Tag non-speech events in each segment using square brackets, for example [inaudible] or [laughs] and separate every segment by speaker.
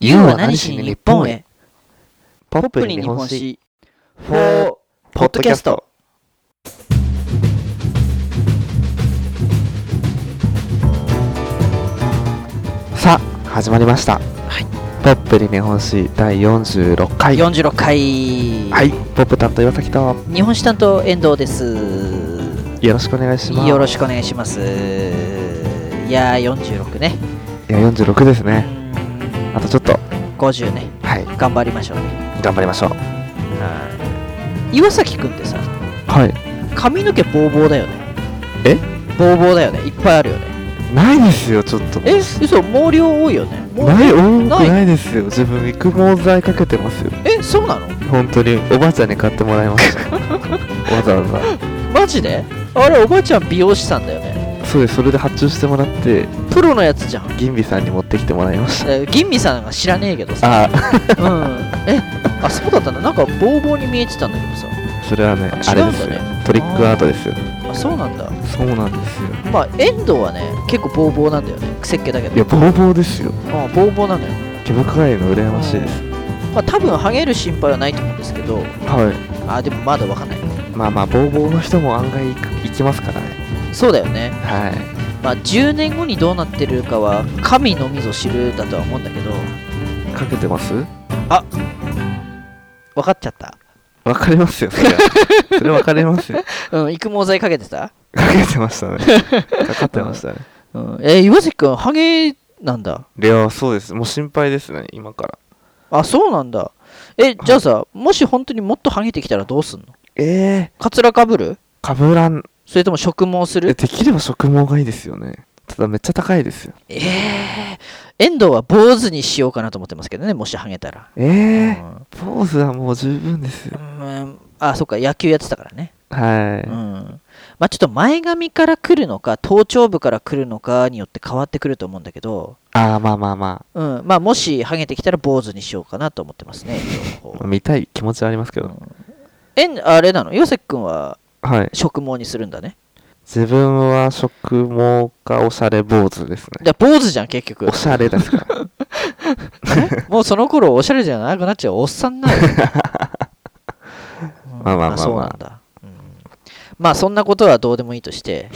Speaker 1: ユーは何しに日本へ
Speaker 2: ポップに日本史 for ポッドキャストさあ始まりました、
Speaker 1: はい
Speaker 2: ポップに日本史第46回
Speaker 1: 46回、
Speaker 2: はいポップ担当岩崎と
Speaker 1: 日本史担当遠藤です
Speaker 2: よろしくお願いします
Speaker 1: よろしくお願いしますいやー46ね
Speaker 2: いや46です
Speaker 1: う
Speaker 2: ね
Speaker 1: ーん
Speaker 2: あとちょっと
Speaker 1: 50ね
Speaker 2: はい
Speaker 1: 頑張りましょうね
Speaker 2: 頑張りましょう
Speaker 1: 岩崎くんってさ
Speaker 2: はい
Speaker 1: 髪の毛ボーボーだよね
Speaker 2: え
Speaker 1: ボーボーだよねいっぱいあるよね
Speaker 2: ないですよちょっと
Speaker 1: え嘘毛量多いよね毛量
Speaker 2: ない多く
Speaker 1: ない
Speaker 2: ないですよ自分育毛剤かけてますよ
Speaker 1: えそうなの
Speaker 2: 本当におばあちゃんに買ってもらいました [laughs] わざわざ
Speaker 1: マジであれおばあちゃん美容師さんだよね
Speaker 2: そうですそれで発注してもらって
Speaker 1: プロのやつじゃん
Speaker 2: 銀美さんに持ってきてもらいました
Speaker 1: えー吟味さんが知らねえけど
Speaker 2: あ
Speaker 1: さ
Speaker 2: あ
Speaker 1: うんえあそうだったんだなんかボーボーに見えてたんだけどさ
Speaker 2: それはねあれです
Speaker 1: 違うん
Speaker 2: よ
Speaker 1: だ
Speaker 2: トリックアートですよ
Speaker 1: あそうなんだ
Speaker 2: そうなんですよ
Speaker 1: まあ遠藤はね結構ボーボーなんだよね癖っ気だけ
Speaker 2: いや
Speaker 1: ど
Speaker 2: ボーボーですよ
Speaker 1: あボーボーなのよ
Speaker 2: 毛深いの羨ましいです
Speaker 1: まあ多分ハゲる心配はないと思うんですけど
Speaker 2: は
Speaker 1: あでもまだわかんない
Speaker 2: いまあまあボーボーの人も案外いく行きますからね
Speaker 1: そうだよね
Speaker 2: はい
Speaker 1: まあ10年後にどうなってるかは神のみぞ知るだとは思うんだけど
Speaker 2: かけてます
Speaker 1: 分かっちゃった
Speaker 2: わかりますよそれは [laughs] それわかりますよ
Speaker 1: うん育毛剤かけてた、
Speaker 2: かけてましたね [laughs] かかってましたね
Speaker 1: うん、えー岩崎くんハゲなんだ
Speaker 2: いやそうですもう心配ですね今から
Speaker 1: あそうなんだえじゃあさもし本当にもっとハゲてきたらどうすんの
Speaker 2: ええ
Speaker 1: カツラかぶる
Speaker 2: かぶらん
Speaker 1: それとも植毛す
Speaker 2: え
Speaker 1: る
Speaker 2: できれば植毛がいいですよねただめっちゃ高いですよ
Speaker 1: ええ遠藤は坊主にしようかなと思ってますけどねもしハゲたら
Speaker 2: ええポーズはもう十分ですよ。
Speaker 1: うんあそっか野球やってたからね
Speaker 2: は
Speaker 1: う
Speaker 2: い。
Speaker 1: んまあちょっと前髪から来るのか頭頂部から来るのかによって変わってくると思うんだけど
Speaker 2: ああ、まあまあま
Speaker 1: うんまあもしハゲてきたら坊主にしようかなと思ってますね遠藤の
Speaker 2: [laughs] あ。
Speaker 1: 方
Speaker 2: 見たい気持ちはありますけど。
Speaker 1: えんあれなの岩崎くんは
Speaker 2: はい。
Speaker 1: 植毛にするんだね
Speaker 2: 自分は植毛かおしゃれ坊主ですね。
Speaker 1: じゃあ坊主じゃん
Speaker 2: [laughs]
Speaker 1: 結局
Speaker 2: おしゃれですから。
Speaker 1: もうその頃おしゃれじゃなくなっちゃうおっさんなのようん
Speaker 2: まあまあまあまあ
Speaker 1: そうなんだ、うんまあそんなことはどうでもいい
Speaker 2: [laughs]
Speaker 1: として、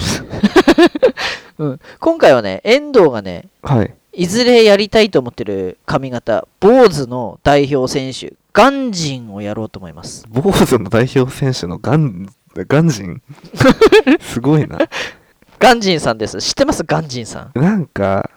Speaker 1: うん、今回はね遠藤がね
Speaker 2: はい。
Speaker 1: いずれやりたいと思ってる髪型坊主の代表選手ガンジンをやろうと思います
Speaker 2: 坊主の代表選手のガン、ガンジ
Speaker 1: [laughs]
Speaker 2: ンすごいな。
Speaker 1: ガンジンさんです知ってますガンジンさん
Speaker 2: なんか、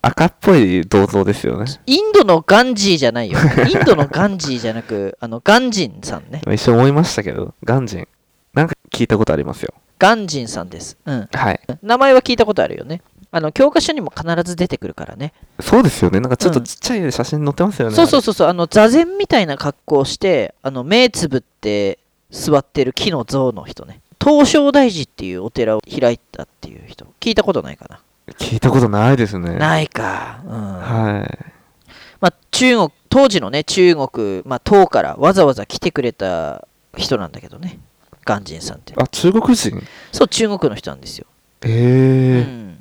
Speaker 2: 赤っぽい銅像ですよね。
Speaker 1: インドのガンジーじゃな
Speaker 2: [laughs]
Speaker 1: いよインドのガンジーじゃなくあのガンジンさんね
Speaker 2: 一瞬思いましたけど、ガンジン。なんか聞いたことありますよ。
Speaker 1: ガンジンさんですうん
Speaker 2: はい。
Speaker 1: 名前は聞いたことあるよねあの教科書にも必ず出てくるからね
Speaker 2: そうですよね。なんかちょっと
Speaker 1: うん
Speaker 2: ちっちゃい写真載ってますよね。
Speaker 1: そうそうそうそうあの座禅みたいな格好をしてあの目つぶって座ってる木の像の人ね東照大寺っていうお寺を開いたっていう人聞いたことないかな、
Speaker 2: 聞いたことないですね。
Speaker 1: ないか、うん
Speaker 2: はい。
Speaker 1: まあ、中国当時のね中国、まあ、唐からわざわざ来てくれた人なんだけどね鑑真さんって
Speaker 2: あ、中国人
Speaker 1: そう中国の人なんですよ、う
Speaker 2: ええ
Speaker 1: ん、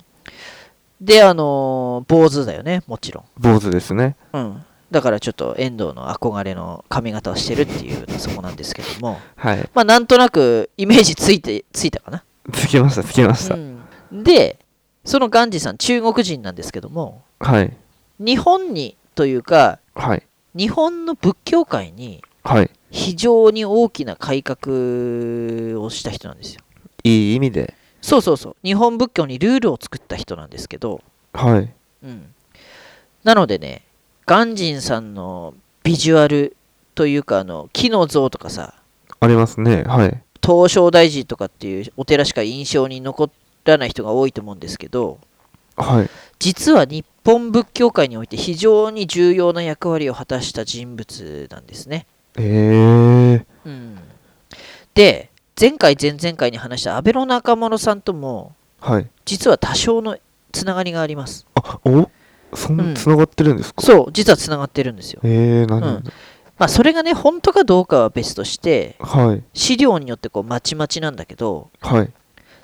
Speaker 1: であのー坊主だよねもちろん
Speaker 2: 坊主ですね。
Speaker 1: うん、だからちょっと遠藤の憧れの髪型をしてるっていうそこなんですけども、
Speaker 2: はい。
Speaker 1: まあ、なんとなくイメージついてついたかな、
Speaker 2: つきました、つきました。
Speaker 1: うんでそのガンジーさん中国人なんですけども
Speaker 2: はい。
Speaker 1: 日本にというか
Speaker 2: はい。
Speaker 1: 日本の仏教界に
Speaker 2: はい。
Speaker 1: 非常に大きな改革をした人なんですよ
Speaker 2: いい意味で。
Speaker 1: そうそうそう日本仏教にルールを作った人なんですけど、
Speaker 2: はい。
Speaker 1: うん、なのでねガンジンさんのビジュアルというかあの木の像とかさ
Speaker 2: ありますね。はい。
Speaker 1: 東照大寺とかっていうお寺しか印象に残らない人が多いと思うんですけど
Speaker 2: はい。
Speaker 1: 実は日本仏教界において非常に重要な役割を果たした人物なんですね。
Speaker 2: ええ
Speaker 1: うん、で前回前々回に話した安倍の中丸さんとも
Speaker 2: はい。
Speaker 1: 実は多少のつながりがあります。
Speaker 2: あ、おそ
Speaker 1: うん
Speaker 2: ん、つながってるんですか、
Speaker 1: そう実はつながってるんですよ。
Speaker 2: ええ何、
Speaker 1: まあそれがね本当かどうかは別として
Speaker 2: はい。
Speaker 1: 資料によってこうまちまちなんだけど
Speaker 2: はい。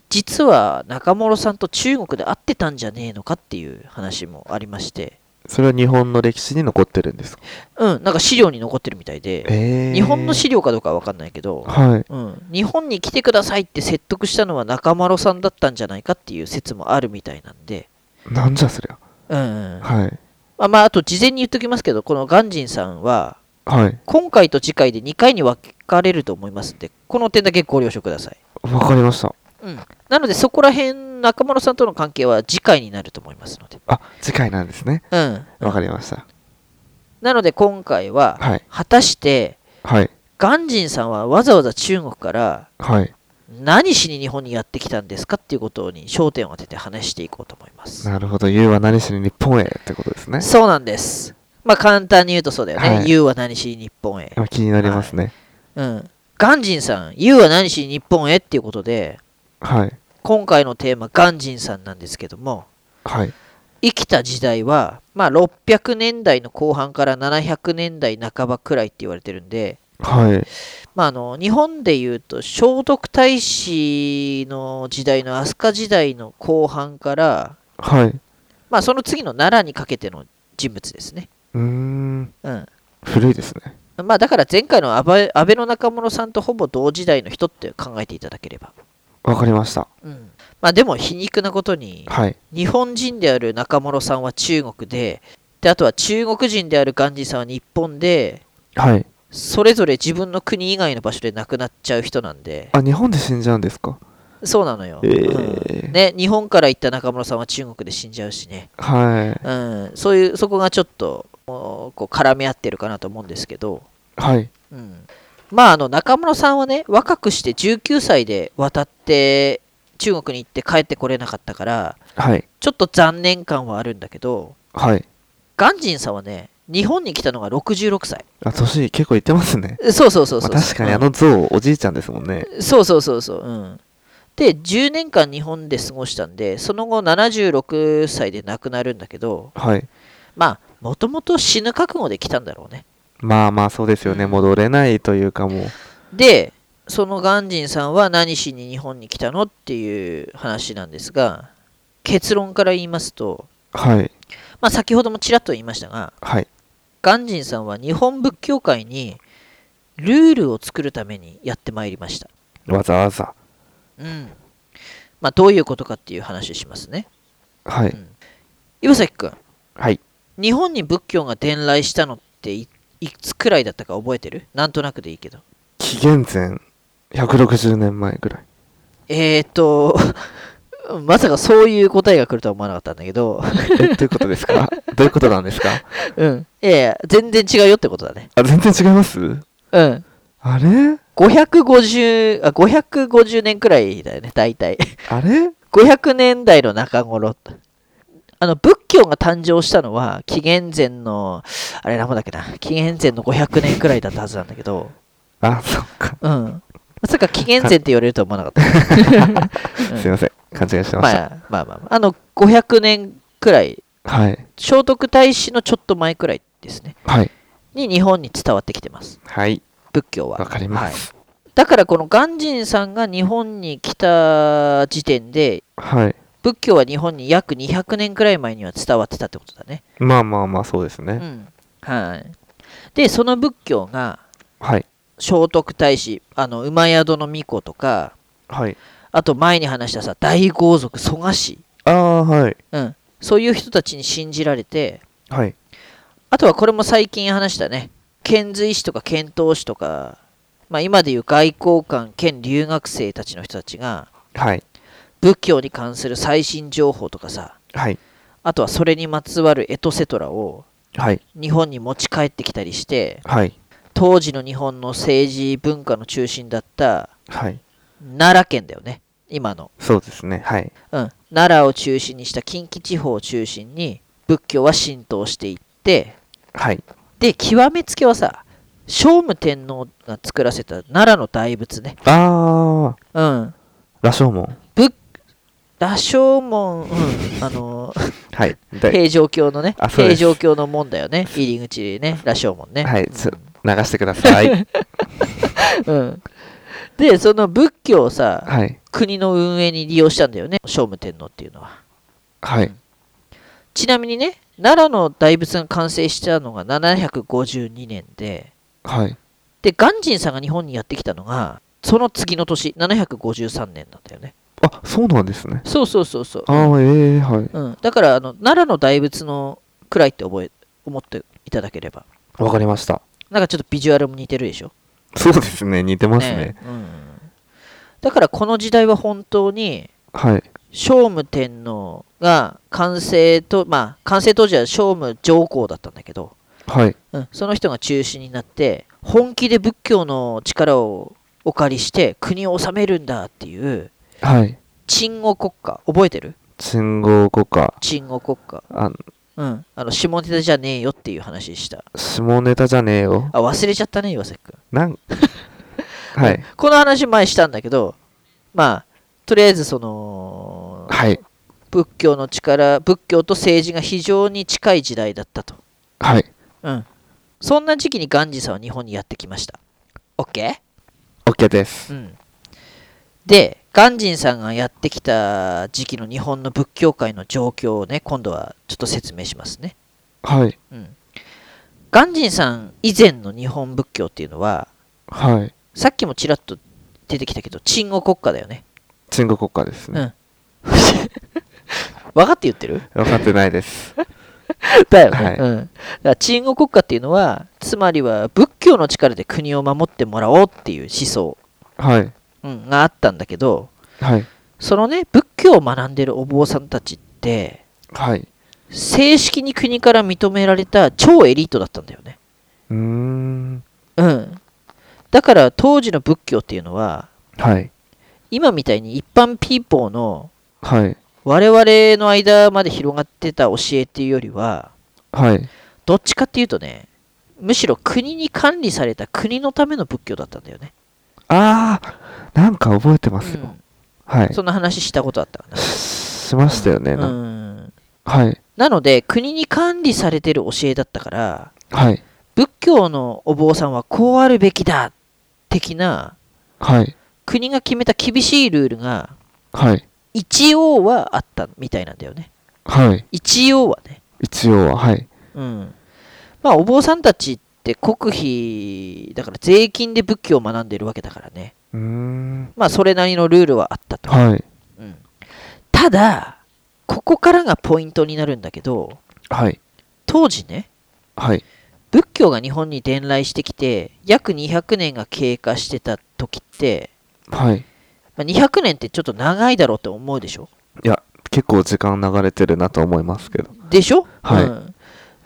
Speaker 1: 実は中諸さんと中国で会ってたんじゃねえのかっていう話もありまして
Speaker 2: それは日本の歴史に残ってるんですか
Speaker 1: うん、なんか資料に残ってるみたいで、
Speaker 2: えー、
Speaker 1: 日本の資料かどうかは分かんないけど、
Speaker 2: はい
Speaker 1: うん、日本に来てくださいって説得したのは中丸さんだったんじゃないかっていう説もあるみたいなんで、
Speaker 2: なんじゃそりゃ
Speaker 1: うんうんま
Speaker 2: はい
Speaker 1: あ、まああと事前に言っときますけどこの鑑真さんは
Speaker 2: はい
Speaker 1: 今回と次回で2回に分かれると思いますんでこの点だけご了承ください、
Speaker 2: わかりました
Speaker 1: うん、なのでそこら辺中丸さんとの関係は次回になると思いますので、
Speaker 2: あ次回なんですね
Speaker 1: うん、
Speaker 2: わかりました
Speaker 1: なので今回は
Speaker 2: はい
Speaker 1: 果たして
Speaker 2: はい
Speaker 1: 鑑真さんはわざわざ中国から
Speaker 2: はい
Speaker 1: 何しに日本にやってきたんですかっていうことに焦点を当てて話していこうと思います
Speaker 2: なるほど優は何しに日本へってことですね
Speaker 1: そうなんです。まあ簡単に言うとそうだよね。
Speaker 2: はい
Speaker 1: YOU は何しに日本へ。
Speaker 2: あ気になりますね
Speaker 1: うん。ガンジンさん、YOU は何しに日本へっていうことで、
Speaker 2: はい
Speaker 1: 今回のテーマ、ガンジンさんなんですけども、
Speaker 2: はい
Speaker 1: 生きた時代は、まあ600年代の後半から700年代半ばくらいって言われてるんで、
Speaker 2: はい
Speaker 1: まああの、日本で言うと、聖徳太子の時代の飛鳥時代の後半から、
Speaker 2: はいう
Speaker 1: まあその次の奈良にかけての人物ですね。
Speaker 2: ーん
Speaker 1: うん。
Speaker 2: 古いですね
Speaker 1: まあだから前回の安倍安倍の中室さんとほぼ同時代の人って考えていただければ。
Speaker 2: わかりました
Speaker 1: うん、まあでも皮肉なことに
Speaker 2: はい
Speaker 1: 日本人である中室さんは中国でであとは中国人であるガンジーさんは日本で
Speaker 2: はい
Speaker 1: それぞれ自分の国以外の場所で亡くなっちゃう人なんで
Speaker 2: あ日本で死んじゃうんですか
Speaker 1: そうなのよ、
Speaker 2: え
Speaker 1: うん
Speaker 2: ー
Speaker 1: ね、日本から行った中室さんは中国で死んじゃうしね、
Speaker 2: はい
Speaker 1: うん、そういうそこがちょっともうこう絡み合ってるかなと思うんですけど、
Speaker 2: はい
Speaker 1: うん、まああの中村さんはね若くして19歳で渡って中国に行って帰ってこれなかったから
Speaker 2: はい
Speaker 1: ちょっと残念感はあるんだけど
Speaker 2: はい
Speaker 1: 鑑真さんはね日本に来たのが66歳
Speaker 2: あ年結構いってますね
Speaker 1: そうそうそうそう、
Speaker 2: まあ確かにあの像おじいちゃんですもんね
Speaker 1: うんそうそうそうそううんで10年間日本で過ごしたんでその後76歳で亡くなるんだけど
Speaker 2: はい
Speaker 1: まあもともと死ぬ覚悟で来たんだろうね
Speaker 2: まあまあそうですよね戻れないというかもう
Speaker 1: でその鑑真さんは何しに日本に来たのっていう話なんですが結論から言いますと、
Speaker 2: はい
Speaker 1: まあ、先ほどもちらっと言いましたが
Speaker 2: はい
Speaker 1: 鑑真さんは日本仏教界にルールを作るためにやってまいりました、
Speaker 2: わざわざ
Speaker 1: うんまあ、どういうことかっていう話をしますね
Speaker 2: はい
Speaker 1: うん岩崎君
Speaker 2: はい
Speaker 1: 日本に仏教が伝来したのっていいつくらいだったか覚えてるなんとなくでいいけど
Speaker 2: 紀元前160年前ぐらい
Speaker 1: えーと [laughs] まさかそういう答えが来るとは思わなかったんだけど
Speaker 2: えどういうことです [laughs] かどういうことなんですか
Speaker 1: うん。いやいや、全然違うよってことだね。
Speaker 2: あ全然違います
Speaker 1: うん。
Speaker 2: あれ
Speaker 1: 550、あ、550年くらいだよね、大体。 [laughs]
Speaker 2: あれ
Speaker 1: 500年代の中頃。あの、仏教が誕生したのは、紀元前の、あれ、なんだっけな、紀元前の500年くらいだったはずなんだけど、
Speaker 2: あそっか、
Speaker 1: うん。まさか紀元前って言われるとは思わなかっ [laughs] うん
Speaker 2: すいません勘違いして
Speaker 1: た。
Speaker 2: まし
Speaker 1: ま
Speaker 2: た、
Speaker 1: あ、まあまあまあ、あの、500年くらい、
Speaker 2: はい
Speaker 1: 聖徳太子のちょっと前くらいですね、
Speaker 2: はい
Speaker 1: に日本に伝わってきてます、
Speaker 2: はい
Speaker 1: 仏教は。
Speaker 2: わかります
Speaker 1: だからこの鑑真さんが日本に来た時点で
Speaker 2: はい、
Speaker 1: 仏教は日本に約200年くらい前には伝わってたってことだね。
Speaker 2: まあまあまあそうですね、
Speaker 1: うんはい、でその仏教が
Speaker 2: はい
Speaker 1: 聖徳太子あの馬宿の巫女とか
Speaker 2: はい
Speaker 1: あと前に話したさ大豪族蘇我氏、
Speaker 2: ああはい
Speaker 1: うん、そういう人たちに信じられて
Speaker 2: はい
Speaker 1: あとはこれも最近話したね遣隋使とか遣唐使とか、まあ、今でいう外交官兼留学生たちの人たちが
Speaker 2: はい
Speaker 1: 仏教に関する最新情報とかさ
Speaker 2: はい
Speaker 1: あとはそれにまつわるエトセトラを
Speaker 2: はい
Speaker 1: 日本に持ち帰ってきたりして
Speaker 2: はい
Speaker 1: 当時の日本の政治文化の中心だった
Speaker 2: はい
Speaker 1: 奈良県だよね今の、
Speaker 2: そうですねはい
Speaker 1: うん、奈良を中心にした近畿地方を中心に仏教は浸透していって
Speaker 2: はい
Speaker 1: で極めつけはさ聖武天皇が作らせた奈良の大仏ね、
Speaker 2: ああ
Speaker 1: うん、
Speaker 2: 羅生門
Speaker 1: 羅生門、うん、あの
Speaker 2: はいで
Speaker 1: 平城京のね
Speaker 2: あ、そう
Speaker 1: 平
Speaker 2: です
Speaker 1: 城京の門だよ
Speaker 2: [laughs]
Speaker 1: ね、入り口でね、羅生門ね。
Speaker 2: はいつ流してくださ [laughs] い
Speaker 1: うん、で、その仏教をさ、
Speaker 2: はい
Speaker 1: 国の運営に利用したんだよね、聖武天皇っていうのは。
Speaker 2: はい
Speaker 1: ちなみにね、奈良の大仏が完成したのが752年で、
Speaker 2: はい。
Speaker 1: で、鑑真さんが日本にやってきたのが、その次の年、753年なんだよね。
Speaker 2: あ、そうなんですね。
Speaker 1: そうそうそうそう。
Speaker 2: ああ、ええはい。
Speaker 1: うん、だからあの、奈良の大仏のくらいって覚え思っていただければ。
Speaker 2: わかりました。
Speaker 1: なんかちょっとビジュアルも似てるでしょ。
Speaker 2: そうですね、似てますね。
Speaker 1: えうんだからこの時代は本当に、
Speaker 2: はい。
Speaker 1: 聖武天皇が完成と、まあ、完成当時は聖武上皇だったんだけど、
Speaker 2: はい。
Speaker 1: うん、その人が中心になって本気で仏教の力をお借りして国を治めるんだっていう
Speaker 2: はい。
Speaker 1: 鎮護国家覚えてる
Speaker 2: 鎮護国家。
Speaker 1: 鎮護国家、
Speaker 2: あ
Speaker 1: うん、あの下ネタじゃねえよっていう話した
Speaker 2: 下ネタじゃねえよ。
Speaker 1: あ忘れちゃったね岩崎君
Speaker 2: なん。 [laughs] はい。
Speaker 1: この話前したんだけどまあとりあえずその
Speaker 2: はい。
Speaker 1: 仏教の力仏教と政治が非常に近い時代だったと、
Speaker 2: はい。
Speaker 1: うん、そんな時期にガンジさんは日本にやってきました OK?
Speaker 2: オッケーです。
Speaker 1: うん、で鑑真さんがやってきた時期の日本の仏教界の状況をね今度はちょっと説明しますね。
Speaker 2: はい。
Speaker 1: うん、鑑真さん以前の日本仏教っていうのは
Speaker 2: はい。
Speaker 1: さっきもちらっと出てきたけど鎮護国家だよね。
Speaker 2: 鎮護国家ですね。
Speaker 1: 分かって言ってる
Speaker 2: 分かってないです。
Speaker 1: だよね。
Speaker 2: はい
Speaker 1: うん、だから鎮護国家っていうのはつまりは仏教の力で国を守ってもらおうっていう思想、
Speaker 2: はい。
Speaker 1: うん、があったんだけど
Speaker 2: はい。
Speaker 1: そのね仏教を学んでるお坊さんたちって
Speaker 2: はい。
Speaker 1: 正式に国から認められた超エリートだったんだよね。
Speaker 2: うーん。
Speaker 1: うん。だから当時の仏教っていうのは、
Speaker 2: はい。
Speaker 1: 今みたいに一般ピーポーの
Speaker 2: はい。
Speaker 1: 我々の間まで広がってた教えっていうよりは、
Speaker 2: はい。
Speaker 1: どっちかっていうとね、むしろ国に管理された国のための仏教だったんだよね。
Speaker 2: ああ、なんか覚えてます
Speaker 1: う
Speaker 2: よ。
Speaker 1: ん
Speaker 2: はい。
Speaker 1: そんな話したことあったかな。
Speaker 2: しましたよね。
Speaker 1: う。
Speaker 2: なんはい。
Speaker 1: なので、国に管理されてる教えだったから、
Speaker 2: はい。
Speaker 1: 仏教のお坊さんはこうあるべきだ的な
Speaker 2: はい。
Speaker 1: 国が決めた厳しいルールが
Speaker 2: はい。
Speaker 1: 一応はあったみたいなんだよね。
Speaker 2: はい。
Speaker 1: 一応はね。
Speaker 2: 一応は、はい。
Speaker 1: うん。まあお坊さんたちって国費、だから税金で仏教を学んでるわけだからね。
Speaker 2: うーん。
Speaker 1: まあそれなりのルールはあったと。
Speaker 2: はい。
Speaker 1: うん、ただ、ここからがポイントになるんだけど、
Speaker 2: はい。
Speaker 1: 当時ね、
Speaker 2: はい。
Speaker 1: 仏教が日本に伝来してきて約200年が経過してた時って、
Speaker 2: はい。
Speaker 1: まあ、200年ってちょっと長いだろうって思うでしょ
Speaker 2: いや、結構時間流れてるなと思いますけど。
Speaker 1: でしょ、
Speaker 2: はい
Speaker 1: ん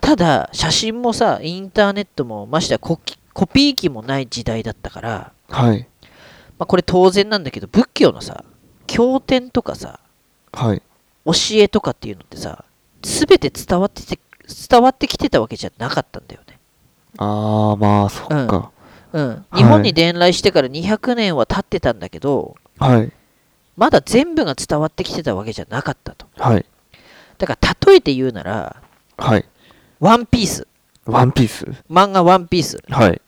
Speaker 1: ただ写真もさインターネットもましてやコキコピー機もない時代だったから、
Speaker 2: はい。
Speaker 1: まあ、これ当然なんだけど仏教のさ経典とかさ
Speaker 2: はい。
Speaker 1: 教えとかっていうのってさ全て伝わってて伝わってきてたわけじゃなかったんだよね、
Speaker 2: ああ、まあ、そっか。
Speaker 1: うん、
Speaker 2: はい
Speaker 1: 日本に伝来してから200年は経ってたんだけど
Speaker 2: はい。
Speaker 1: まだ全部が伝わってきてたわけじゃなかったと
Speaker 2: はい。
Speaker 1: だから例えて言うなら
Speaker 2: はい。
Speaker 1: 「ワンピース
Speaker 2: ワンピース
Speaker 1: 漫画「ワンピース
Speaker 2: はい。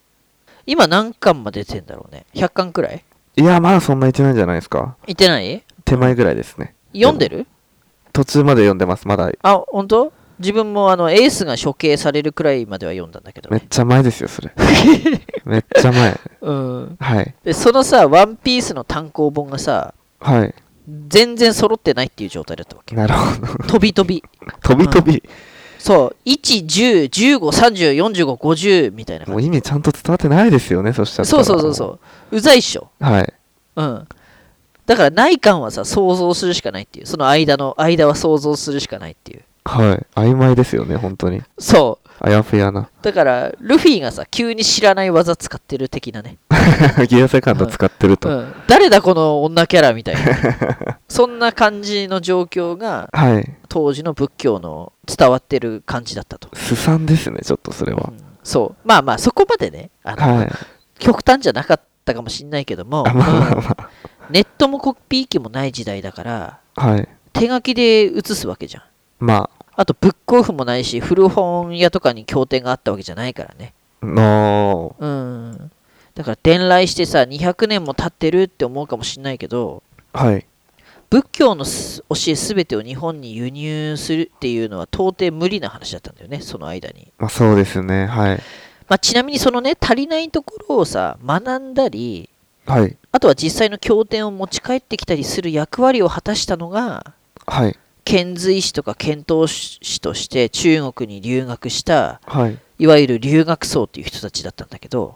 Speaker 1: 今何巻まで出てんだろうね100巻くらい
Speaker 2: いや、まだそんな言ってないんじゃないですか。
Speaker 1: 言ってない
Speaker 2: 手前ぐらいですね。
Speaker 1: 読んでる
Speaker 2: 途中まで読んでます。まだ、
Speaker 1: あ本当自分もあのエースが処刑されるくらいまでは読んだんだけど
Speaker 2: めっ
Speaker 1: ね、
Speaker 2: ちゃ前ですよ、そ
Speaker 1: [laughs]
Speaker 2: れ。めっちゃ前。
Speaker 1: うん、
Speaker 2: はい。
Speaker 1: でそのさ「ワンピースの単行本がさ
Speaker 2: はい。
Speaker 1: 全然揃ってないっていう状態だったわけ
Speaker 2: なるほ
Speaker 1: [laughs]
Speaker 2: ど。
Speaker 1: 飛び飛び
Speaker 2: 飛び飛び。
Speaker 1: そう11015304550みたい
Speaker 2: も
Speaker 1: な感
Speaker 2: う
Speaker 1: じ
Speaker 2: 意味ちゃんと伝わってないですよね、そしたら。
Speaker 1: そうそうそうそううざいっしょ
Speaker 2: う。はい。
Speaker 1: うんだから内観はさ想像するしかないっていうその間の間は想像するしかないっていう
Speaker 2: はい。曖昧ですよね、本当に。
Speaker 1: そう
Speaker 2: あやふやな。
Speaker 1: だからルフィがさ急に知らない技使ってる的なね、
Speaker 2: [laughs] ギアセカンド使ってる
Speaker 1: う
Speaker 2: と。
Speaker 1: ん、誰だこの女キャラみたいな [laughs] そんな感じの状況が
Speaker 2: はい。
Speaker 1: 当時の仏教の伝わってる感じだったと、
Speaker 2: すさんですね、ちょっとそれは
Speaker 1: う。んそうまあまあそこまでねあの、
Speaker 2: はい。
Speaker 1: 極端じゃなかったかもしんないけど
Speaker 2: [laughs]
Speaker 1: も、
Speaker 2: あまあまあ
Speaker 1: うん
Speaker 2: ま
Speaker 1: ネットもコピー機もない時代だから
Speaker 2: あ。はい。
Speaker 1: 手書きで写すわけじゃん
Speaker 2: ま
Speaker 1: あとブックオフもないし古本屋とかに経典があったわけじゃないからね
Speaker 2: あ、の
Speaker 1: うんだから伝来してさ200年も経ってるって思うかもしんないけど
Speaker 2: ーはい。
Speaker 1: 仏教のす教え全てを日本に輸入するっていうのは到底無理な話だったんだよねその間に、
Speaker 2: まあそうですね。はい。
Speaker 1: まあ、ちなみにそのね足りないところをさ学んだり
Speaker 2: はい。
Speaker 1: あとは実際の経典を持ち帰ってきたりする役割を果たしたのが
Speaker 2: はい。
Speaker 1: 遣隋使とか遣唐使として中国に留学した
Speaker 2: はい。
Speaker 1: いわゆる留学僧っていう人たちだったんだけど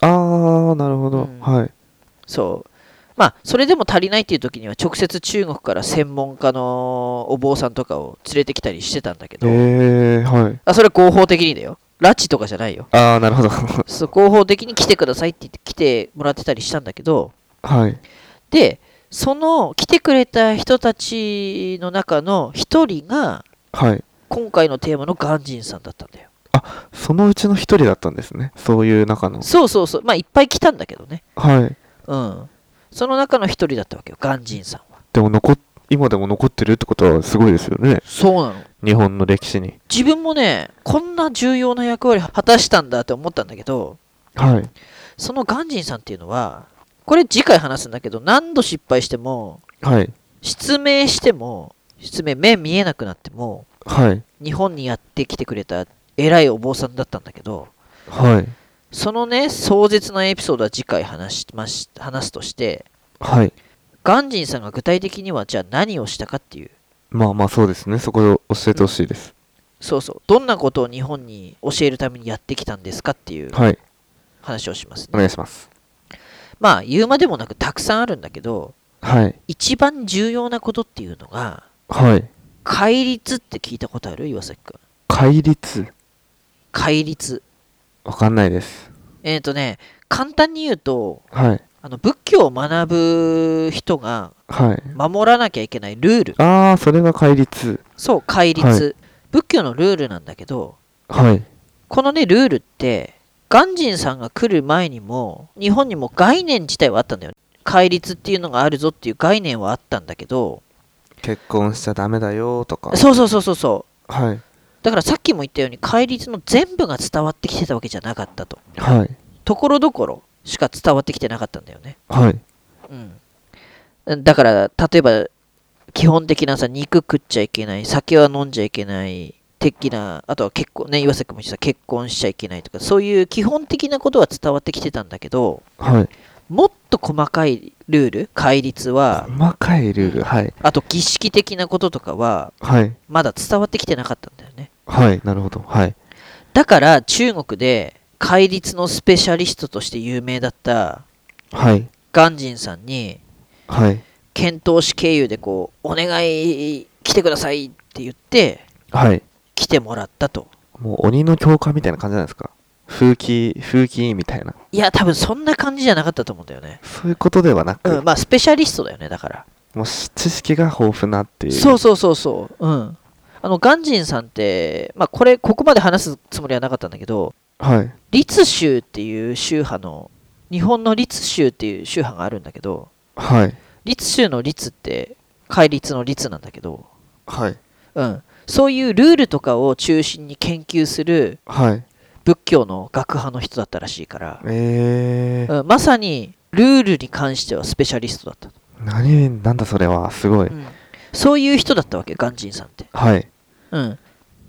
Speaker 2: ああ、なるほど。
Speaker 1: うん
Speaker 2: はい。
Speaker 1: そうまあそれでも足りないっていう時には直接中国から専門家のお坊さんとかを連れてきたりしてたんだけど、
Speaker 2: ええはい。
Speaker 1: あそれは合法的にだよ拉致とかじゃないよ
Speaker 2: ああ、なるほど。 [laughs]
Speaker 1: そう合法的に来てくださいって言って来てもらってたりしたんだけど
Speaker 2: はい。
Speaker 1: でその来てくれた人たちの中の一人が
Speaker 2: はい。
Speaker 1: 今回のテーマの鑑真さんだったんだよ
Speaker 2: そのうちの一人だったんですね。そういう中の。
Speaker 1: そうそうそうまあいっぱい来たんだけどね
Speaker 2: はい。
Speaker 1: うんその中の一人だったわけよ鑑真さんは
Speaker 2: でも残っ、今でも残ってるってことはすごいですよね。
Speaker 1: そうなの
Speaker 2: 日本の歴史に。
Speaker 1: 自分もねこんな重要な役割果たしたんだって思ったんだけど
Speaker 2: はい。
Speaker 1: その鑑真さんっていうのはこれ次回話すんだけど何度失敗しても
Speaker 2: はい。
Speaker 1: 失明しても失明目見えなくなっても
Speaker 2: はい。
Speaker 1: 日本にやってきてくれた偉いお坊さんだったんだけど
Speaker 2: はい。
Speaker 1: そのね壮絶なエピソードは次回話しまし話すとして
Speaker 2: はい。
Speaker 1: 鑑真さんが具体的にはじゃあ何をしたかっていう
Speaker 2: まあまあそうですね。そこを教えてほしいです。
Speaker 1: そうそうどんなことを日本に教えるためにやってきたんですかっていう
Speaker 2: はい。
Speaker 1: 話をしますね、
Speaker 2: お願いします。
Speaker 1: まあ言うまでもなくたくさんあるんだけど
Speaker 2: はい。
Speaker 1: 一番重要なことっていうのが
Speaker 2: はい。
Speaker 1: 戒律って聞いたことある岩崎君
Speaker 2: 戒律。
Speaker 1: 戒律
Speaker 2: わかんないです。
Speaker 1: えっ、ー、とね簡単に言うと
Speaker 2: はい。
Speaker 1: あの仏教を学ぶ人が
Speaker 2: はい。
Speaker 1: 守らなきゃいけないルール
Speaker 2: ああ、それが戒律。
Speaker 1: そう戒律、
Speaker 2: はい
Speaker 1: 仏教のルールなんだけど
Speaker 2: はい。
Speaker 1: このねルールって鑑真さんが来る前にも日本にも概念自体はあったんだよ戒律っていうのがあるぞっていう概念はあったんだけど
Speaker 2: 結婚しちゃダメだよとか。
Speaker 1: そうそうそうそうそう
Speaker 2: はい。
Speaker 1: だからさっきも言ったように戒律の全部が伝わってきてたわけじゃなかったと
Speaker 2: はい。
Speaker 1: ところどころしか伝わってきてなかったんだよね
Speaker 2: はい。
Speaker 1: うんだから例えば基本的なさ肉食っちゃいけない酒は飲んじゃいけない的なあとは結婚ね岩崎君も言ってた結婚しちゃいけないとかそういう基本的なことは伝わってきてたんだけど
Speaker 2: はい。
Speaker 1: もっと細かいルール戒律は
Speaker 2: 細かいルール。はい。
Speaker 1: あと儀式的なこととかは
Speaker 2: はい。
Speaker 1: まだ伝わってきてなかったんだよね
Speaker 2: はい。なるほど。はい。
Speaker 1: だから中国で戒律のスペシャリストとして有名だった
Speaker 2: はい。
Speaker 1: 鑑真さんに
Speaker 2: はい。
Speaker 1: 遣唐使経由でこうお願い来てくださいって言って
Speaker 2: はい。
Speaker 1: 来てもらったと
Speaker 2: もう鬼の教官みたいな感じなんですか風紀、風紀委員みたいな。
Speaker 1: いや多分そんな感じじゃなかったと思うんだよね、
Speaker 2: そういうことではなく、
Speaker 1: うん、まあスペシャリストだよねだから
Speaker 2: もうし知識が豊富なっていう。
Speaker 1: そうそうそうそううんあの鑑真さんってまあこれここまで話すつもりはなかったんだけど
Speaker 2: はい。
Speaker 1: 律宗っていう宗派の日本の律宗っていう宗派があるんだけど
Speaker 2: はい。
Speaker 1: 律宗の律って戒律の律なんだけど、
Speaker 2: はい。
Speaker 1: うん、そういうルールとかを中心に研究する
Speaker 2: はい。
Speaker 1: 仏教の学派の人だったらしいから、
Speaker 2: えー。
Speaker 1: うん、まさにルールに関してはスペシャリストだったと、
Speaker 2: 何、なんだそれは。すごい。
Speaker 1: うんそういう人だったわけ鑑真さんって、
Speaker 2: はい。
Speaker 1: うん、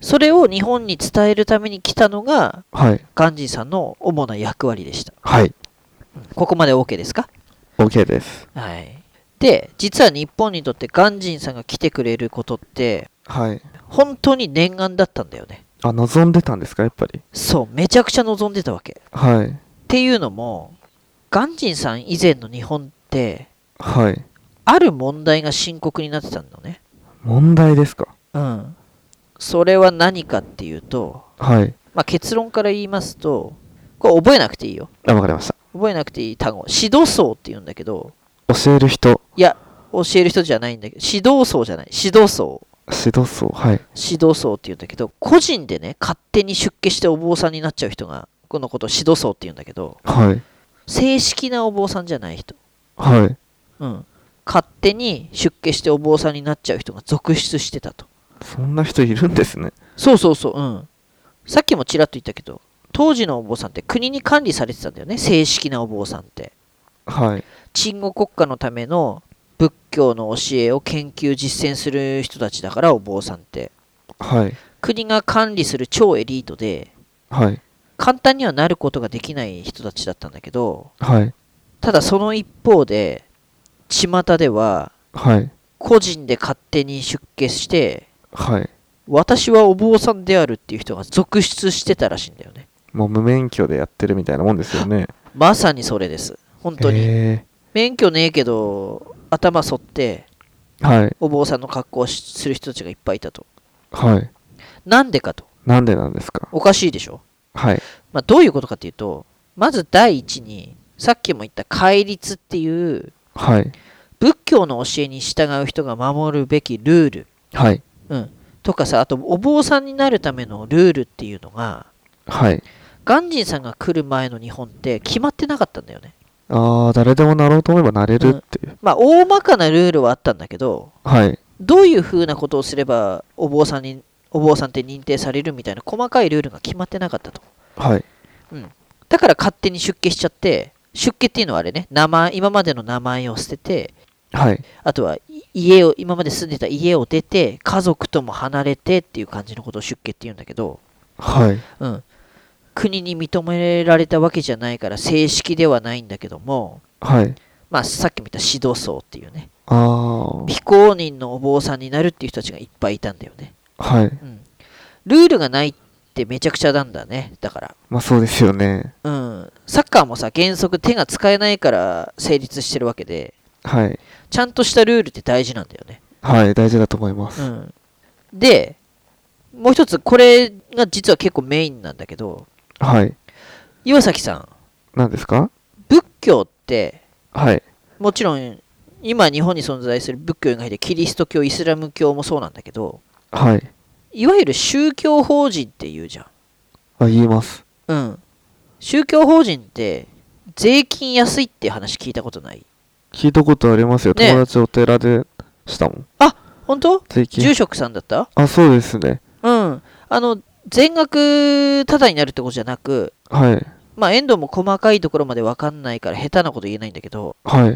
Speaker 1: それを日本に伝えるために来たのが
Speaker 2: はい。
Speaker 1: 鑑真さんの主な役割でした
Speaker 2: はい。
Speaker 1: ここまで OK ですか
Speaker 2: OK です。
Speaker 1: はいで実は日本にとって鑑真さんが来てくれることって
Speaker 2: はい。
Speaker 1: 本当に念願だったんだよね
Speaker 2: あ、望んでたんですか、やっぱり。
Speaker 1: そうめちゃくちゃ望んでたわけっ
Speaker 2: はい。
Speaker 1: ていうのも鑑真さん以前の日本って
Speaker 2: はい。
Speaker 1: ある問題が深刻になってたのね
Speaker 2: 問題ですか。
Speaker 1: うんそれは何かっていうと、
Speaker 2: はい。
Speaker 1: まあ、結論から言いますとこれ覚えなくていいよ
Speaker 2: あ、わかりました。
Speaker 1: 覚えなくていい単語指導層って言うんだけど
Speaker 2: 教える人、
Speaker 1: いや教える人じゃないんだけど指導層じゃない指導層
Speaker 2: 指導層。はい。
Speaker 1: 指導層って言うんだけど個人でね勝手に出家してお坊さんになっちゃう人がこのことを指導層って言うんだけど
Speaker 2: はい。
Speaker 1: 正式なお坊さんじゃない人
Speaker 2: はい。
Speaker 1: うん、勝手に出家してお坊さんになっちゃう人が続出してたと
Speaker 2: そんな人いるんですね。
Speaker 1: そうそうそううんさっきもちらっと言ったけど当時のお坊さんって国に管理されてたんだよね正式なお坊さんって
Speaker 2: はい。
Speaker 1: 鎮護国家のための仏教の教えを研究実践する人たちだからお坊さんって
Speaker 2: はい
Speaker 1: 国が管理する超エリートで
Speaker 2: はい
Speaker 1: 簡単にはなることができない人たちだったんだけど
Speaker 2: はい
Speaker 1: ただその一方で巷では
Speaker 2: はい
Speaker 1: 個人で勝手に出家して
Speaker 2: はい
Speaker 1: 私はお坊さんであるっていう人が続出してたらしいんだよね
Speaker 2: もう無免許でやってるみたいなもんですよね
Speaker 1: まさにそれです本当に
Speaker 2: え
Speaker 1: 免許ねえけど頭剃って
Speaker 2: ーはい
Speaker 1: お坊さんの格好をしする人たちがいっぱいいたと
Speaker 2: はい
Speaker 1: なんでかと
Speaker 2: なんでなんですか
Speaker 1: おかしいでしょ、
Speaker 2: はい
Speaker 1: まあ、どういうことかっていうとまず第一にさっきも言った戒律っていう
Speaker 2: はい
Speaker 1: 仏教の教えに従う人が守るべきルール、
Speaker 2: はい
Speaker 1: うん、とかさあとお坊さんになるためのルールっていうのが
Speaker 2: はい
Speaker 1: 鑑真さんが来る前の日本って決まってなかったんだよね
Speaker 2: あー誰でもなろうと思えばなれるっていう、
Speaker 1: まあ大まかなルールはあったんだけど
Speaker 2: はい
Speaker 1: どういうふうなことをすればお坊さんにお坊さんって認定されるみたいな細かいルールが決まってなかったと
Speaker 2: はい
Speaker 1: だから勝手に出家しちゃって出家っていうのはあれね名前今までの名前を捨てて
Speaker 2: はい
Speaker 1: あとはい家を今まで住んでた家を出て家族とも離れてっていう感じのことを出家って言うんだけど、
Speaker 2: はい
Speaker 1: うん、国に認められたわけじゃないから正式ではないんだけども、
Speaker 2: はい
Speaker 1: まあ、さっきも言った指導僧っていうね
Speaker 2: あー
Speaker 1: 非公認のお坊さんになるっていう人たちがいっぱいいたんだよね、
Speaker 2: はい
Speaker 1: うん、ルールがないってめちゃくちゃなんだねだから
Speaker 2: まあそうですよね
Speaker 1: うん、サッカーもさ原則手が使えないから成立してるわけで
Speaker 2: はい
Speaker 1: ちゃんとしたルールって大事なんだよね、
Speaker 2: はい大事だと思います、
Speaker 1: うん、でもう一つこれが実は結構メインなんだけど
Speaker 2: はい
Speaker 1: 岩崎さん
Speaker 2: なんですか
Speaker 1: 仏教って
Speaker 2: はい
Speaker 1: もちろん今日本に存在する仏教以外でキリスト教イスラム教もそうなんだけど
Speaker 2: はい
Speaker 1: いわゆる宗教法人っていうじゃん、
Speaker 2: あ言えます
Speaker 1: うん、宗教法人って税金安いっていう話聞いたことない
Speaker 2: 聞いたことありますよ、
Speaker 1: ね
Speaker 2: 友達お寺でしたもん
Speaker 1: 本当
Speaker 2: 最近
Speaker 1: 住職さんだった
Speaker 2: あそうですね
Speaker 1: うん、あの全額タダになるってことじゃなく、
Speaker 2: はい
Speaker 1: まあ、遠藤も細かいところまで分かんないから下手なこと言えないんだけど、
Speaker 2: はい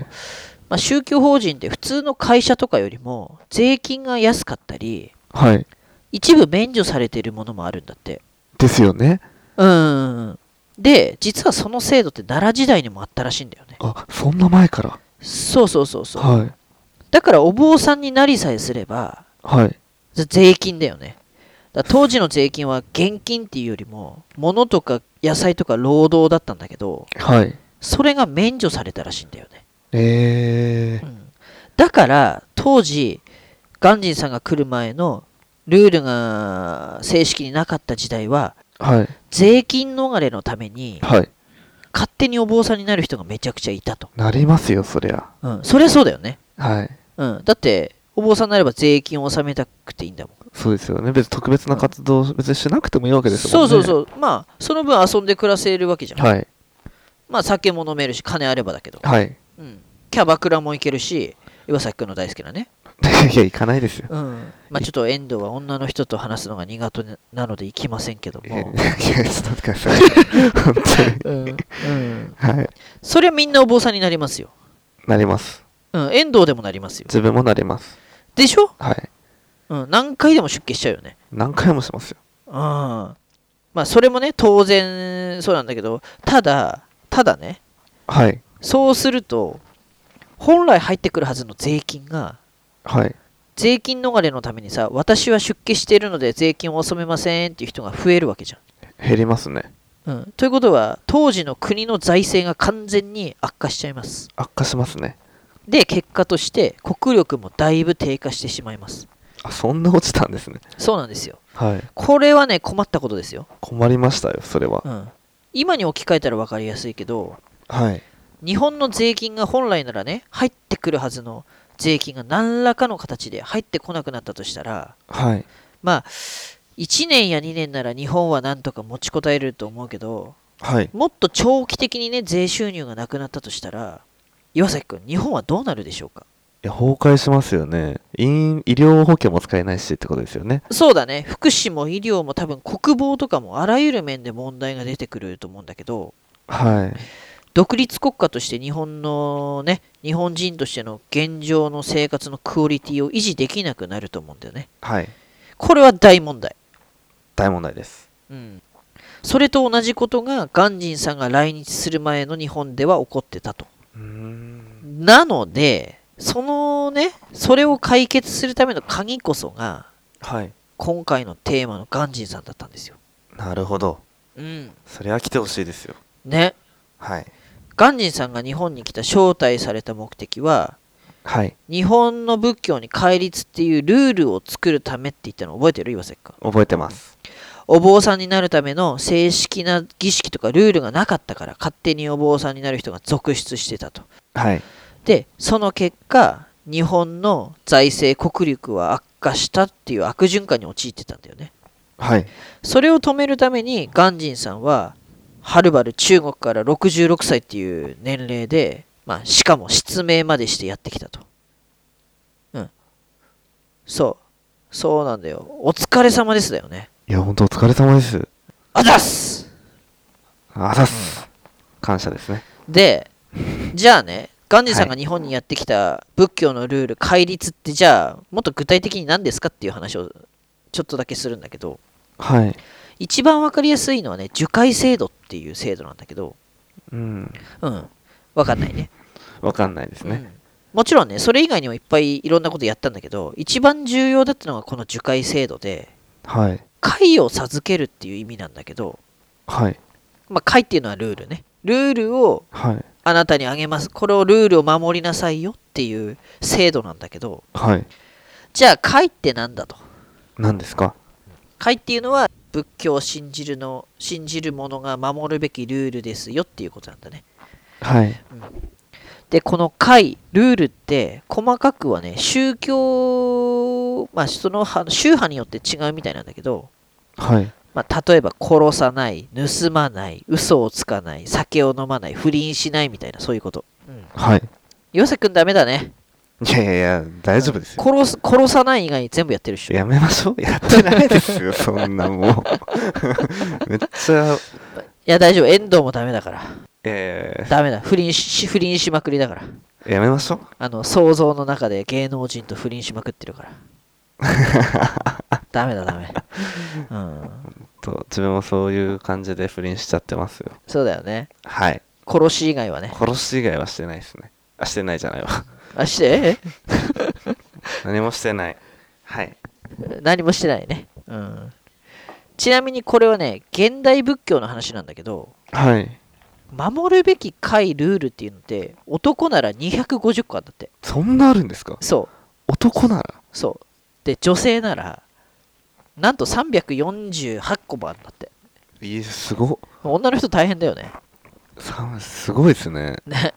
Speaker 1: まあ、宗教法人って普通の会社とかよりも税金が安かったり
Speaker 2: はい
Speaker 1: 一部免除されてるものもあるんだって
Speaker 2: ですよね
Speaker 1: うんで実はその制度って奈良時代にもあったらしいんだよね
Speaker 2: あそんな前から
Speaker 1: そうそうそうそう
Speaker 2: はい
Speaker 1: だからお坊さんになりさえすれば
Speaker 2: はい
Speaker 1: ぜ税金だよねだから当時の税金は現金っていうよりも物とか野菜とか労働だったんだけど
Speaker 2: はい
Speaker 1: それが免除されたらしいんだよね、
Speaker 2: えー、
Speaker 1: だから当時鑑真さんが来る前のルールが正式になかった時代は
Speaker 2: はい
Speaker 1: 税金逃れのために
Speaker 2: はい
Speaker 1: 勝手にお坊さんになる人がめちゃくちゃいたと、
Speaker 2: なりますよそりゃ
Speaker 1: うん、そりゃそうだよね、
Speaker 2: はい
Speaker 1: うん、だってお坊さんになれば税金を納めたくていいんだもん
Speaker 2: そうですよね別に特別な活動別にしなくてもいいわけです
Speaker 1: そ
Speaker 2: もん
Speaker 1: う
Speaker 2: ね
Speaker 1: そう
Speaker 2: う
Speaker 1: そうまあその分遊んで暮らせるわけじゃん、
Speaker 2: はい
Speaker 1: まあ酒も飲めるし金あればだけど、
Speaker 2: はい [laughs]
Speaker 1: うん、キャバクラも行けるし岩崎君の大好きなね
Speaker 2: いや行かないですよ
Speaker 1: うんまあ、ちょっと遠藤は女の人と話すのが苦手なので行きませんけど
Speaker 2: いやいや
Speaker 1: も、
Speaker 2: ちょっと待ってください本当
Speaker 1: うんうん、
Speaker 2: にはい
Speaker 1: それはみんなお坊さんになりますよ、
Speaker 2: なり [laughs] ます
Speaker 1: うん、遠藤でもなりますよ
Speaker 2: 自分もなります
Speaker 1: でしょ、
Speaker 2: はい
Speaker 1: うん、何回でも出家しちゃうよね
Speaker 2: 何回もしますよ
Speaker 1: うんまあそれもね当然そうなんだけどただただね
Speaker 2: はい
Speaker 1: そうすると本来入ってくるはずの税金が
Speaker 2: はい
Speaker 1: 税金逃れのためにさ私は出家しているので税金を納めませんっていう人が増えるわけじゃん
Speaker 2: 減りますね
Speaker 1: うん、ということは当時の国の財政が完全に悪化しちゃいます
Speaker 2: 悪化しますね
Speaker 1: で結果として国力もだいぶ低下してしまいます
Speaker 2: あそんな落ちたんですね
Speaker 1: そうなんですよ
Speaker 2: はい
Speaker 1: これはね困ったことですよ、
Speaker 2: 困りましたよそれは
Speaker 1: うん、今に置き換えたら分かりやすいけど
Speaker 2: はい
Speaker 1: 日本の税金が本来ならね入ってくるはずの税金が何らかの形で入ってこなくなったとしたら
Speaker 2: はい
Speaker 1: まあ1年や2年なら日本はなんとか持ちこたえると思うけど
Speaker 2: はい
Speaker 1: もっと長期的にね税収入がなくなったとしたら岩崎君日本はどうなるでしょうか
Speaker 2: いや崩壊しますよね医院医療保険も使えないしってことですよね
Speaker 1: そうだね福祉も医療も多分国防とかもあらゆる面で問題が出てくると思うんだけど
Speaker 2: はい
Speaker 1: 独立国家として日本のね、日本人としての現状の生活のクオリティを維持できなくなると思うんだよね。
Speaker 2: はい。
Speaker 1: これは大問題。
Speaker 2: 大問題です。
Speaker 1: うん。それと同じことが鑑真さんが来日する前の日本では起こってたと。
Speaker 2: うーん。
Speaker 1: なので、そのね、それを解決するための鍵こそが、
Speaker 2: はい。
Speaker 1: 今回のテーマの鑑真さんだったんですよ。
Speaker 2: なるほど。
Speaker 1: うん。
Speaker 2: それは来てほしいですよ。
Speaker 1: ね。
Speaker 2: はい。
Speaker 1: 鑑真さんが日本に来た招待された目的は、
Speaker 2: はい。
Speaker 1: 日本の仏教に戒律っていうルールを作るためって言ったの覚えてる岩崎か。
Speaker 2: 覚えてます。
Speaker 1: お坊さんになるための正式な儀式とかルールがなかったから、勝手にお坊さんになる人が続出してたと。
Speaker 2: はい。
Speaker 1: でその結果日本の財政国力は悪化したっていう悪循環に陥ってたんだよね
Speaker 2: はい。
Speaker 1: それを止めるために鑑真さんははるばる中国から66歳っていう年齢で、まあ、しかも失明までしてやってきたとうんそうそうなんだよお疲れ様ですだよね
Speaker 2: いや、本当お疲れ様です。
Speaker 1: あざっす
Speaker 2: あざっす。感謝ですね。
Speaker 1: でじゃあね鑑真さんが日本にやってきた仏教のルール戒律ってじゃあもっと具体的に何ですかっていう話をちょっとだけするんだけど
Speaker 2: はい。
Speaker 1: 一番わかりやすいのはね樹海制度っていう制度なんだけど
Speaker 2: うん。
Speaker 1: うんわかんないね
Speaker 2: わかんないです
Speaker 1: う
Speaker 2: ね。
Speaker 1: んもちろんねそれ以外にもいっぱいいろんなことやったんだけど一番重要だったのがこの樹海制度で
Speaker 2: はい。
Speaker 1: 戒を授けるっていう意味なんだけど
Speaker 2: はい。
Speaker 1: まあ戒っていうのはルールねルールを
Speaker 2: はい。
Speaker 1: あなたにあげますこれをルールを守りなさいよっていう制度なんだけど
Speaker 2: はい。
Speaker 1: じゃあ戒ってなんだと
Speaker 2: 何ですか
Speaker 1: 戒っていうのは仏教を信じるの信じる者が守るべきルールですよっていうことなんだね
Speaker 2: はい。
Speaker 1: でこの戒ルールって細かくはね宗教まあその派宗派によって違うみたいなんだけど
Speaker 2: はい。
Speaker 1: まあ、例えば殺さない盗まない嘘をつかない酒を飲まない不倫しないみたいなそういうこと、うん、
Speaker 2: はい。
Speaker 1: 岩瀬くんダメだね
Speaker 2: いやいやいや、大丈夫ですよ。
Speaker 1: 殺す殺さない以外に全部やってるっしょ
Speaker 2: やめましょう。やってないです [laughs] よ、そんなもう。めっちゃ、
Speaker 1: いや大丈夫、遠藤もダメだから。
Speaker 2: え
Speaker 1: ダメだ、不倫し不倫しまくりだから。
Speaker 2: ー、やめましょう。
Speaker 1: あの、想像の中で芸能人と不倫しまくってるから。ダメだ、ダメ。うん。
Speaker 2: と自分もそういう感じで不倫しちゃってますよ。
Speaker 1: そうだよね。
Speaker 2: はい。
Speaker 1: 殺し以外はね。
Speaker 2: 殺し以外はしてないですね。あ、してないじゃない [laughs] わ。
Speaker 1: あ、して、
Speaker 2: 何もしてない。はい。
Speaker 1: え何もしてないね。うん。ちなみにこれはね、現代仏教の話なんだけど、
Speaker 2: はい。
Speaker 1: 守るべき戒ルールっていうのって、男なら250個あったって。
Speaker 2: そんなあるんですか
Speaker 1: そう。
Speaker 2: 男なら
Speaker 1: そう。で、女性なら、なんと348個もあったって。
Speaker 2: いえ、すご。
Speaker 1: 女の人大変だよね。
Speaker 2: さすごいですね。
Speaker 1: ね。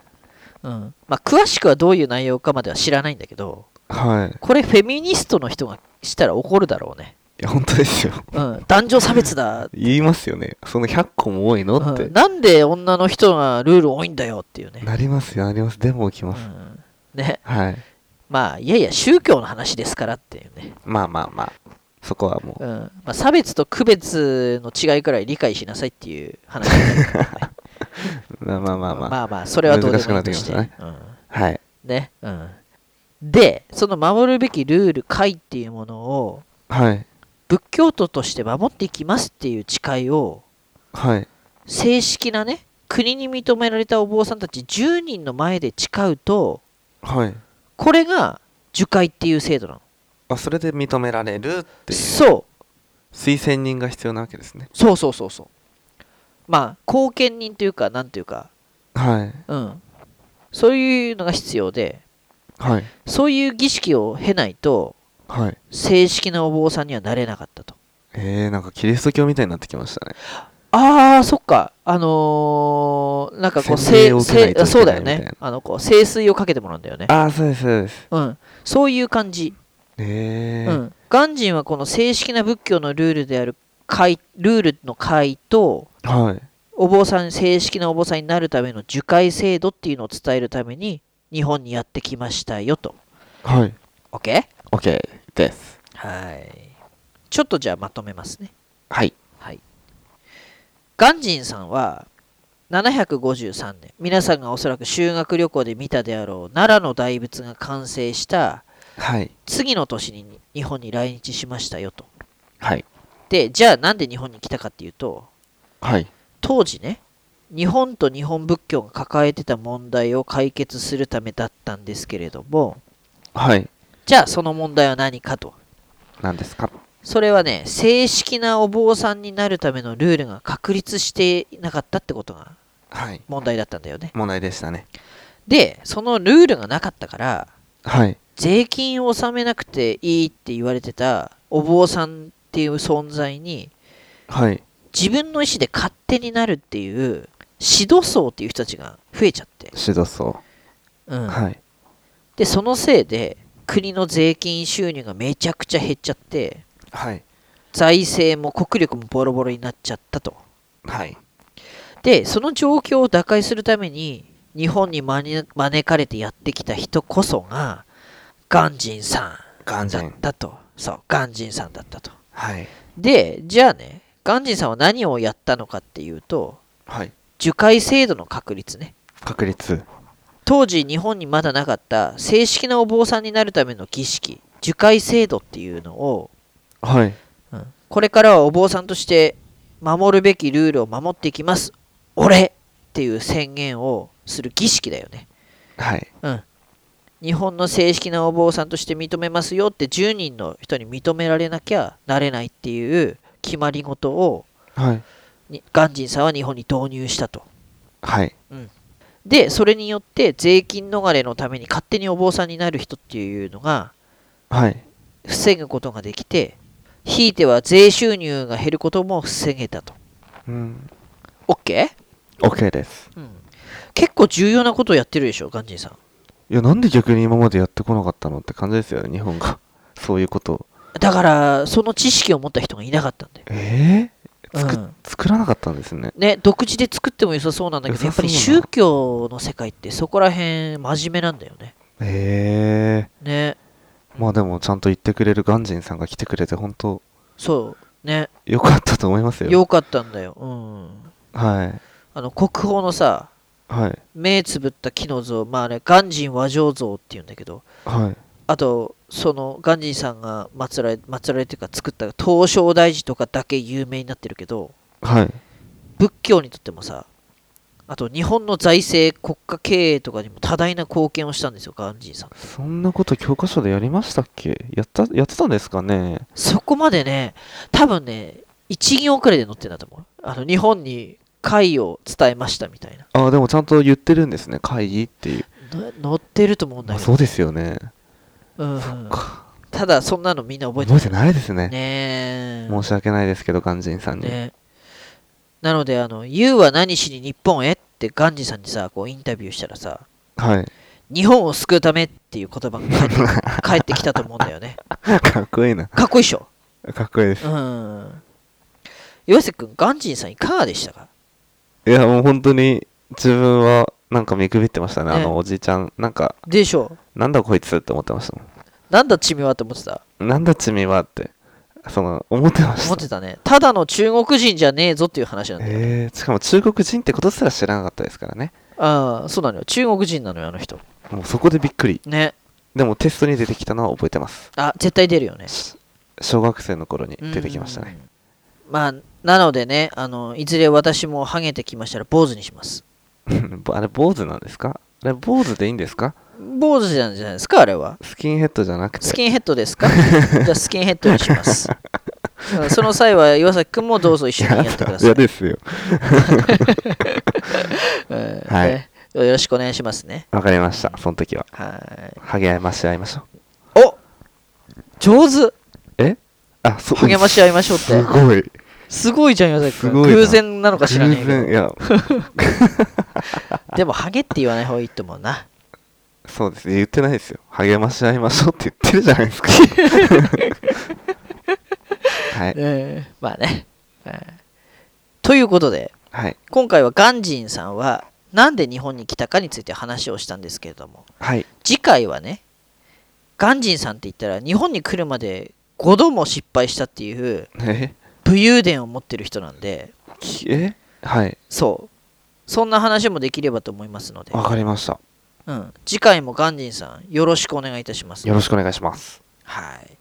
Speaker 1: うん。まあ、詳しくはどういう内容かまでは知らないんだけど、
Speaker 2: はい。
Speaker 1: これフェミニストの人がしたら怒るだろうね。
Speaker 2: いや、本当ですよ。
Speaker 1: うん。 [laughs] 男女差別だ。
Speaker 2: 言いますよね。その100個も多いのって。
Speaker 1: うんなんで女の人がルール多いんだよっていうね。
Speaker 2: なりますよ、なります。でも起き
Speaker 1: う
Speaker 2: ます。
Speaker 1: ん。ね。
Speaker 2: はい。
Speaker 1: まあ、いやいや、宗教の話ですからっていうね。
Speaker 2: まあまあまあ。そこはも
Speaker 1: う
Speaker 2: う。
Speaker 1: ん。まあ、差別と区別の違いくらい理解しなさいっていう話なんだけどね、
Speaker 2: まあ [laughs] まあまあまあ。
Speaker 1: まあまあ、それはどうでもいいと
Speaker 2: 難し
Speaker 1: して。
Speaker 2: くなってき
Speaker 1: うん
Speaker 2: はい。
Speaker 1: ね。うん。で、その守るべきルール、会っていうものを、
Speaker 2: はい。
Speaker 1: 仏教徒として守っていきますっていう誓いを、
Speaker 2: はい。
Speaker 1: 正式なね、国に認められたお坊さんたち10人の前で誓うと、
Speaker 2: はい。
Speaker 1: これが受戒っていう制度なの。
Speaker 2: あ、それで認められるっていう。
Speaker 1: そう。
Speaker 2: 推薦人が必要なわけですね。
Speaker 1: そうそうそうそう。まあ、貢献人というか、なんというか、
Speaker 2: はい。
Speaker 1: うん。そういうのが必要で、
Speaker 2: はい。
Speaker 1: そういう儀式を経ないと、
Speaker 2: はい。
Speaker 1: 正式なお坊さんにはなれなかったと。
Speaker 2: えー、なんかキリスト教みたいになってきましたね。
Speaker 1: ああ、そっか。あのーなんかこう、
Speaker 2: 洗礼
Speaker 1: せ
Speaker 2: を受けないと
Speaker 1: せ
Speaker 2: いけない
Speaker 1: そうだよ
Speaker 2: みたい
Speaker 1: ね
Speaker 2: な。
Speaker 1: あの、こう、聖水をかけてもらうんだよね。
Speaker 2: ああ、そうです、そうです。
Speaker 1: うん。そういう感じ。う
Speaker 2: えー。
Speaker 1: ん。鑑真はこの正式な仏教のルールである戒、ルールの戒と、
Speaker 2: はい。
Speaker 1: お坊さん、正式なお坊さんになるための受戒制度っていうのを伝えるために、日本にやってきましたよと。
Speaker 2: はい。
Speaker 1: OK?
Speaker 2: OK です。
Speaker 1: はい。ちょっとじゃあまとめますね。
Speaker 2: はい。
Speaker 1: はい。鑑真さんは、 753年皆さんがおそらく修学旅行で見たであろう奈良の大仏が完成した
Speaker 2: はい
Speaker 1: 次の年に日本に来日しましたよと。
Speaker 2: はい
Speaker 1: でじゃあなんで日本に来たかっていうと
Speaker 2: はい
Speaker 1: 当時ね日本と日本仏教が抱えてた問題を解決するためだったんですけれども
Speaker 2: はい
Speaker 1: じゃあその問題は何かと
Speaker 2: 何ですか
Speaker 1: それはね正式なお坊さんになるためのルールが確立していなかったってことが
Speaker 2: はい
Speaker 1: 問題だったんだよね
Speaker 2: 問題でしたね
Speaker 1: でそのルールがなかったから
Speaker 2: はい
Speaker 1: 税金を納めなくていいって言われてたお坊さんっていう存在に
Speaker 2: はい
Speaker 1: 自分の意思で勝手になるっていう指導層っていう人たちが増えちゃって、
Speaker 2: 指導層
Speaker 1: うん
Speaker 2: はい
Speaker 1: でそのせいで国の税金収入がめちゃくちゃ減っちゃって
Speaker 2: はい
Speaker 1: 財政も国力もボロボロになっちゃったと
Speaker 2: はい
Speaker 1: でその状況を打開するために日本に招招かれてやってきた人こそが鑑真さん
Speaker 2: 眼
Speaker 1: だっ
Speaker 2: 人
Speaker 1: たとそう鑑真さんだったと
Speaker 2: はい
Speaker 1: でじゃあね鑑真さんは何をやったのかっていうと
Speaker 2: はい
Speaker 1: 受解制度の確立ね
Speaker 2: 確率
Speaker 1: 当時日本にまだなかった正式なお坊さんになるための儀式受解制度っていうのを
Speaker 2: はい
Speaker 1: これからはお坊さんとして守るべきルールを守っていきます俺っていう宣言をする儀式だよね
Speaker 2: はい
Speaker 1: 日本の正式なお坊さんとして認めますよって10人の人に認められなきゃなれないっていう決まり事を
Speaker 2: はい
Speaker 1: に鑑真さんは日本に導入したと
Speaker 2: はい
Speaker 1: でそれによって税金逃れのために勝手にお坊さんになる人っていうのが
Speaker 2: はい
Speaker 1: 防ぐことができてひいては税収入が減ることも防げたと
Speaker 2: うん
Speaker 1: OK?
Speaker 2: OK です
Speaker 1: 結構重要なことをやってるでしょガンジンさん
Speaker 2: いやなんで逆に今までやってこなかったのって感じですよね日本がそういうことを
Speaker 1: だからその知識を持った人がいなかったんで、
Speaker 2: ええ
Speaker 1: う
Speaker 2: 作っ
Speaker 1: ん
Speaker 2: 作らなかったんですね
Speaker 1: ね、独自で作っても良さそうなんだけどや
Speaker 2: 良
Speaker 1: っぱ
Speaker 2: さそう
Speaker 1: り
Speaker 2: な
Speaker 1: 宗教の世界ってそこら辺真面目なんだよね
Speaker 2: ええ
Speaker 1: ね
Speaker 2: まあでもちゃんと言ってくれる鑑真さんが来てくれて本当
Speaker 1: そうね
Speaker 2: よかったと思いますよ
Speaker 1: よかったんだよ、うん、
Speaker 2: はい
Speaker 1: あの国宝のさ
Speaker 2: はい
Speaker 1: 目つぶった木の像まああれ鑑真和上像っていうんだけど
Speaker 2: はい
Speaker 1: あとその鑑真さんが祀られ祀られていうか作った東照大寺とかだけ有名になってるけど
Speaker 2: はい
Speaker 1: 仏教にとってもさあと日本の財政国家経営とかにも多大な貢献をしたんですよガンジーさん
Speaker 2: そんなこと教科書でやりましたっけやったやってたんですかね
Speaker 1: そこまでね多分ね一行くらいで載ってんだと思うあの日本に会を伝えましたみたいな
Speaker 2: ああでもちゃんと言ってるんですね会議っていう、
Speaker 1: の載ってると思うんだ
Speaker 2: まあ、
Speaker 1: け
Speaker 2: そ
Speaker 1: ど、
Speaker 2: うですよね
Speaker 1: うんうん
Speaker 2: か
Speaker 1: ただそんなのみんな覚えて
Speaker 2: 覚
Speaker 1: な
Speaker 2: えてな
Speaker 1: い
Speaker 2: いですね
Speaker 1: ねえ
Speaker 2: 申し訳ないですけど鑑真さんに、
Speaker 1: ねなのであの「YOU は何しに日本へ?」ってガンジーさんにさこうインタビューしたらさ
Speaker 2: はい [laughs]
Speaker 1: 「日本を救うため」っていう言葉が返って返ってきたと思うんだよね
Speaker 2: かっこいいな
Speaker 1: かっこいいっしょ
Speaker 2: かっこいいです
Speaker 1: うん。岩瀬くん、ガンジンさんいかがでしたか
Speaker 2: いやもう本当に自分はなんか見くびってましたねあ
Speaker 1: ね
Speaker 2: のおじいちゃんなんか
Speaker 1: でしょう。
Speaker 2: なんだこいつって思ってましたも
Speaker 1: なんだチミはって思ってた
Speaker 2: んなんだチミはってその思ってまし
Speaker 1: 思
Speaker 2: た
Speaker 1: ってたね。ただの中国人じゃねえぞっていう話なんだよ。
Speaker 2: えーしかも中国人ってことすら知らなかったですからね
Speaker 1: ああ、そうなのよ。中国人なのよ、あの人。
Speaker 2: もうそこでびっくり
Speaker 1: ね。
Speaker 2: でもテストに出てきたのは覚えてます
Speaker 1: あ、絶対出るよね。
Speaker 2: し小学生の頃に出てきましたね
Speaker 1: うん。まあ、なのでね、あの、いずれ私もハゲてきましたら坊主にします。
Speaker 2: [laughs] あれ坊主なんですかあれ坊主でいいんですか
Speaker 1: 坊主なんじゃないですか、あれは。
Speaker 2: スキンヘッドじゃなくて
Speaker 1: スキンヘッドです [laughs] かじゃあスキンヘッドにし [laughs] ます。うんその際は岩崎くんもどうぞ一緒にやって
Speaker 2: [laughs]
Speaker 1: ください
Speaker 2: 嫌。ですよ
Speaker 1: えー
Speaker 2: はい
Speaker 1: ねよろしくお願いしますね。
Speaker 2: わかりましたその時は
Speaker 1: は
Speaker 2: 励まし合いましょう
Speaker 1: い。お上手
Speaker 2: えあそう
Speaker 1: 励まし合いましょうって
Speaker 2: すごい
Speaker 1: すごいじゃん、岩崎
Speaker 2: す
Speaker 1: 君。
Speaker 2: ごいな
Speaker 1: 偶然なのか知らないけ
Speaker 2: 偶然い
Speaker 1: ど。
Speaker 2: や
Speaker 1: でも、ハゲって言わない方がいいと思うな。
Speaker 2: そうです言ってないですよ励まし合いましょうって言ってるじゃないです
Speaker 1: [laughs]
Speaker 2: かはい
Speaker 1: えーまあね、えーということで、
Speaker 2: はい
Speaker 1: 今回はガンジンさんは、なんで日本に来たかについて話をしたんですけれども、
Speaker 2: はい
Speaker 1: 次回はね、ガンジンさんって言ったら、日本に来るまで5度も失敗したっていう、
Speaker 2: え
Speaker 1: 武勇伝を持ってる人なんで、
Speaker 2: きえはい
Speaker 1: そう。そんな話もできればと思いますので、
Speaker 2: わかりました。
Speaker 1: うん、次回も鑑真さんよろしくお願いいたします
Speaker 2: よ。ろしくお願いします。
Speaker 1: はい、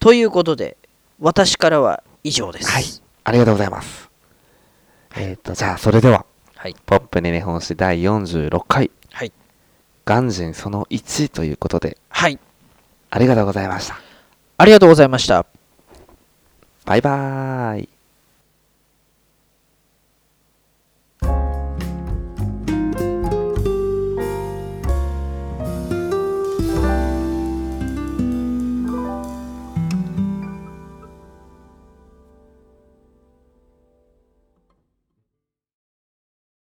Speaker 1: ということで私からは以上です。
Speaker 2: はいありがとうございます。えっ、と、じゃあ、それでは、
Speaker 1: はい
Speaker 2: ポップに日本史第46回、
Speaker 1: はい
Speaker 2: 鑑真その1ということで、
Speaker 1: はい、
Speaker 2: ありがとうございました。
Speaker 1: ありがとうございました。
Speaker 2: バイバーイ。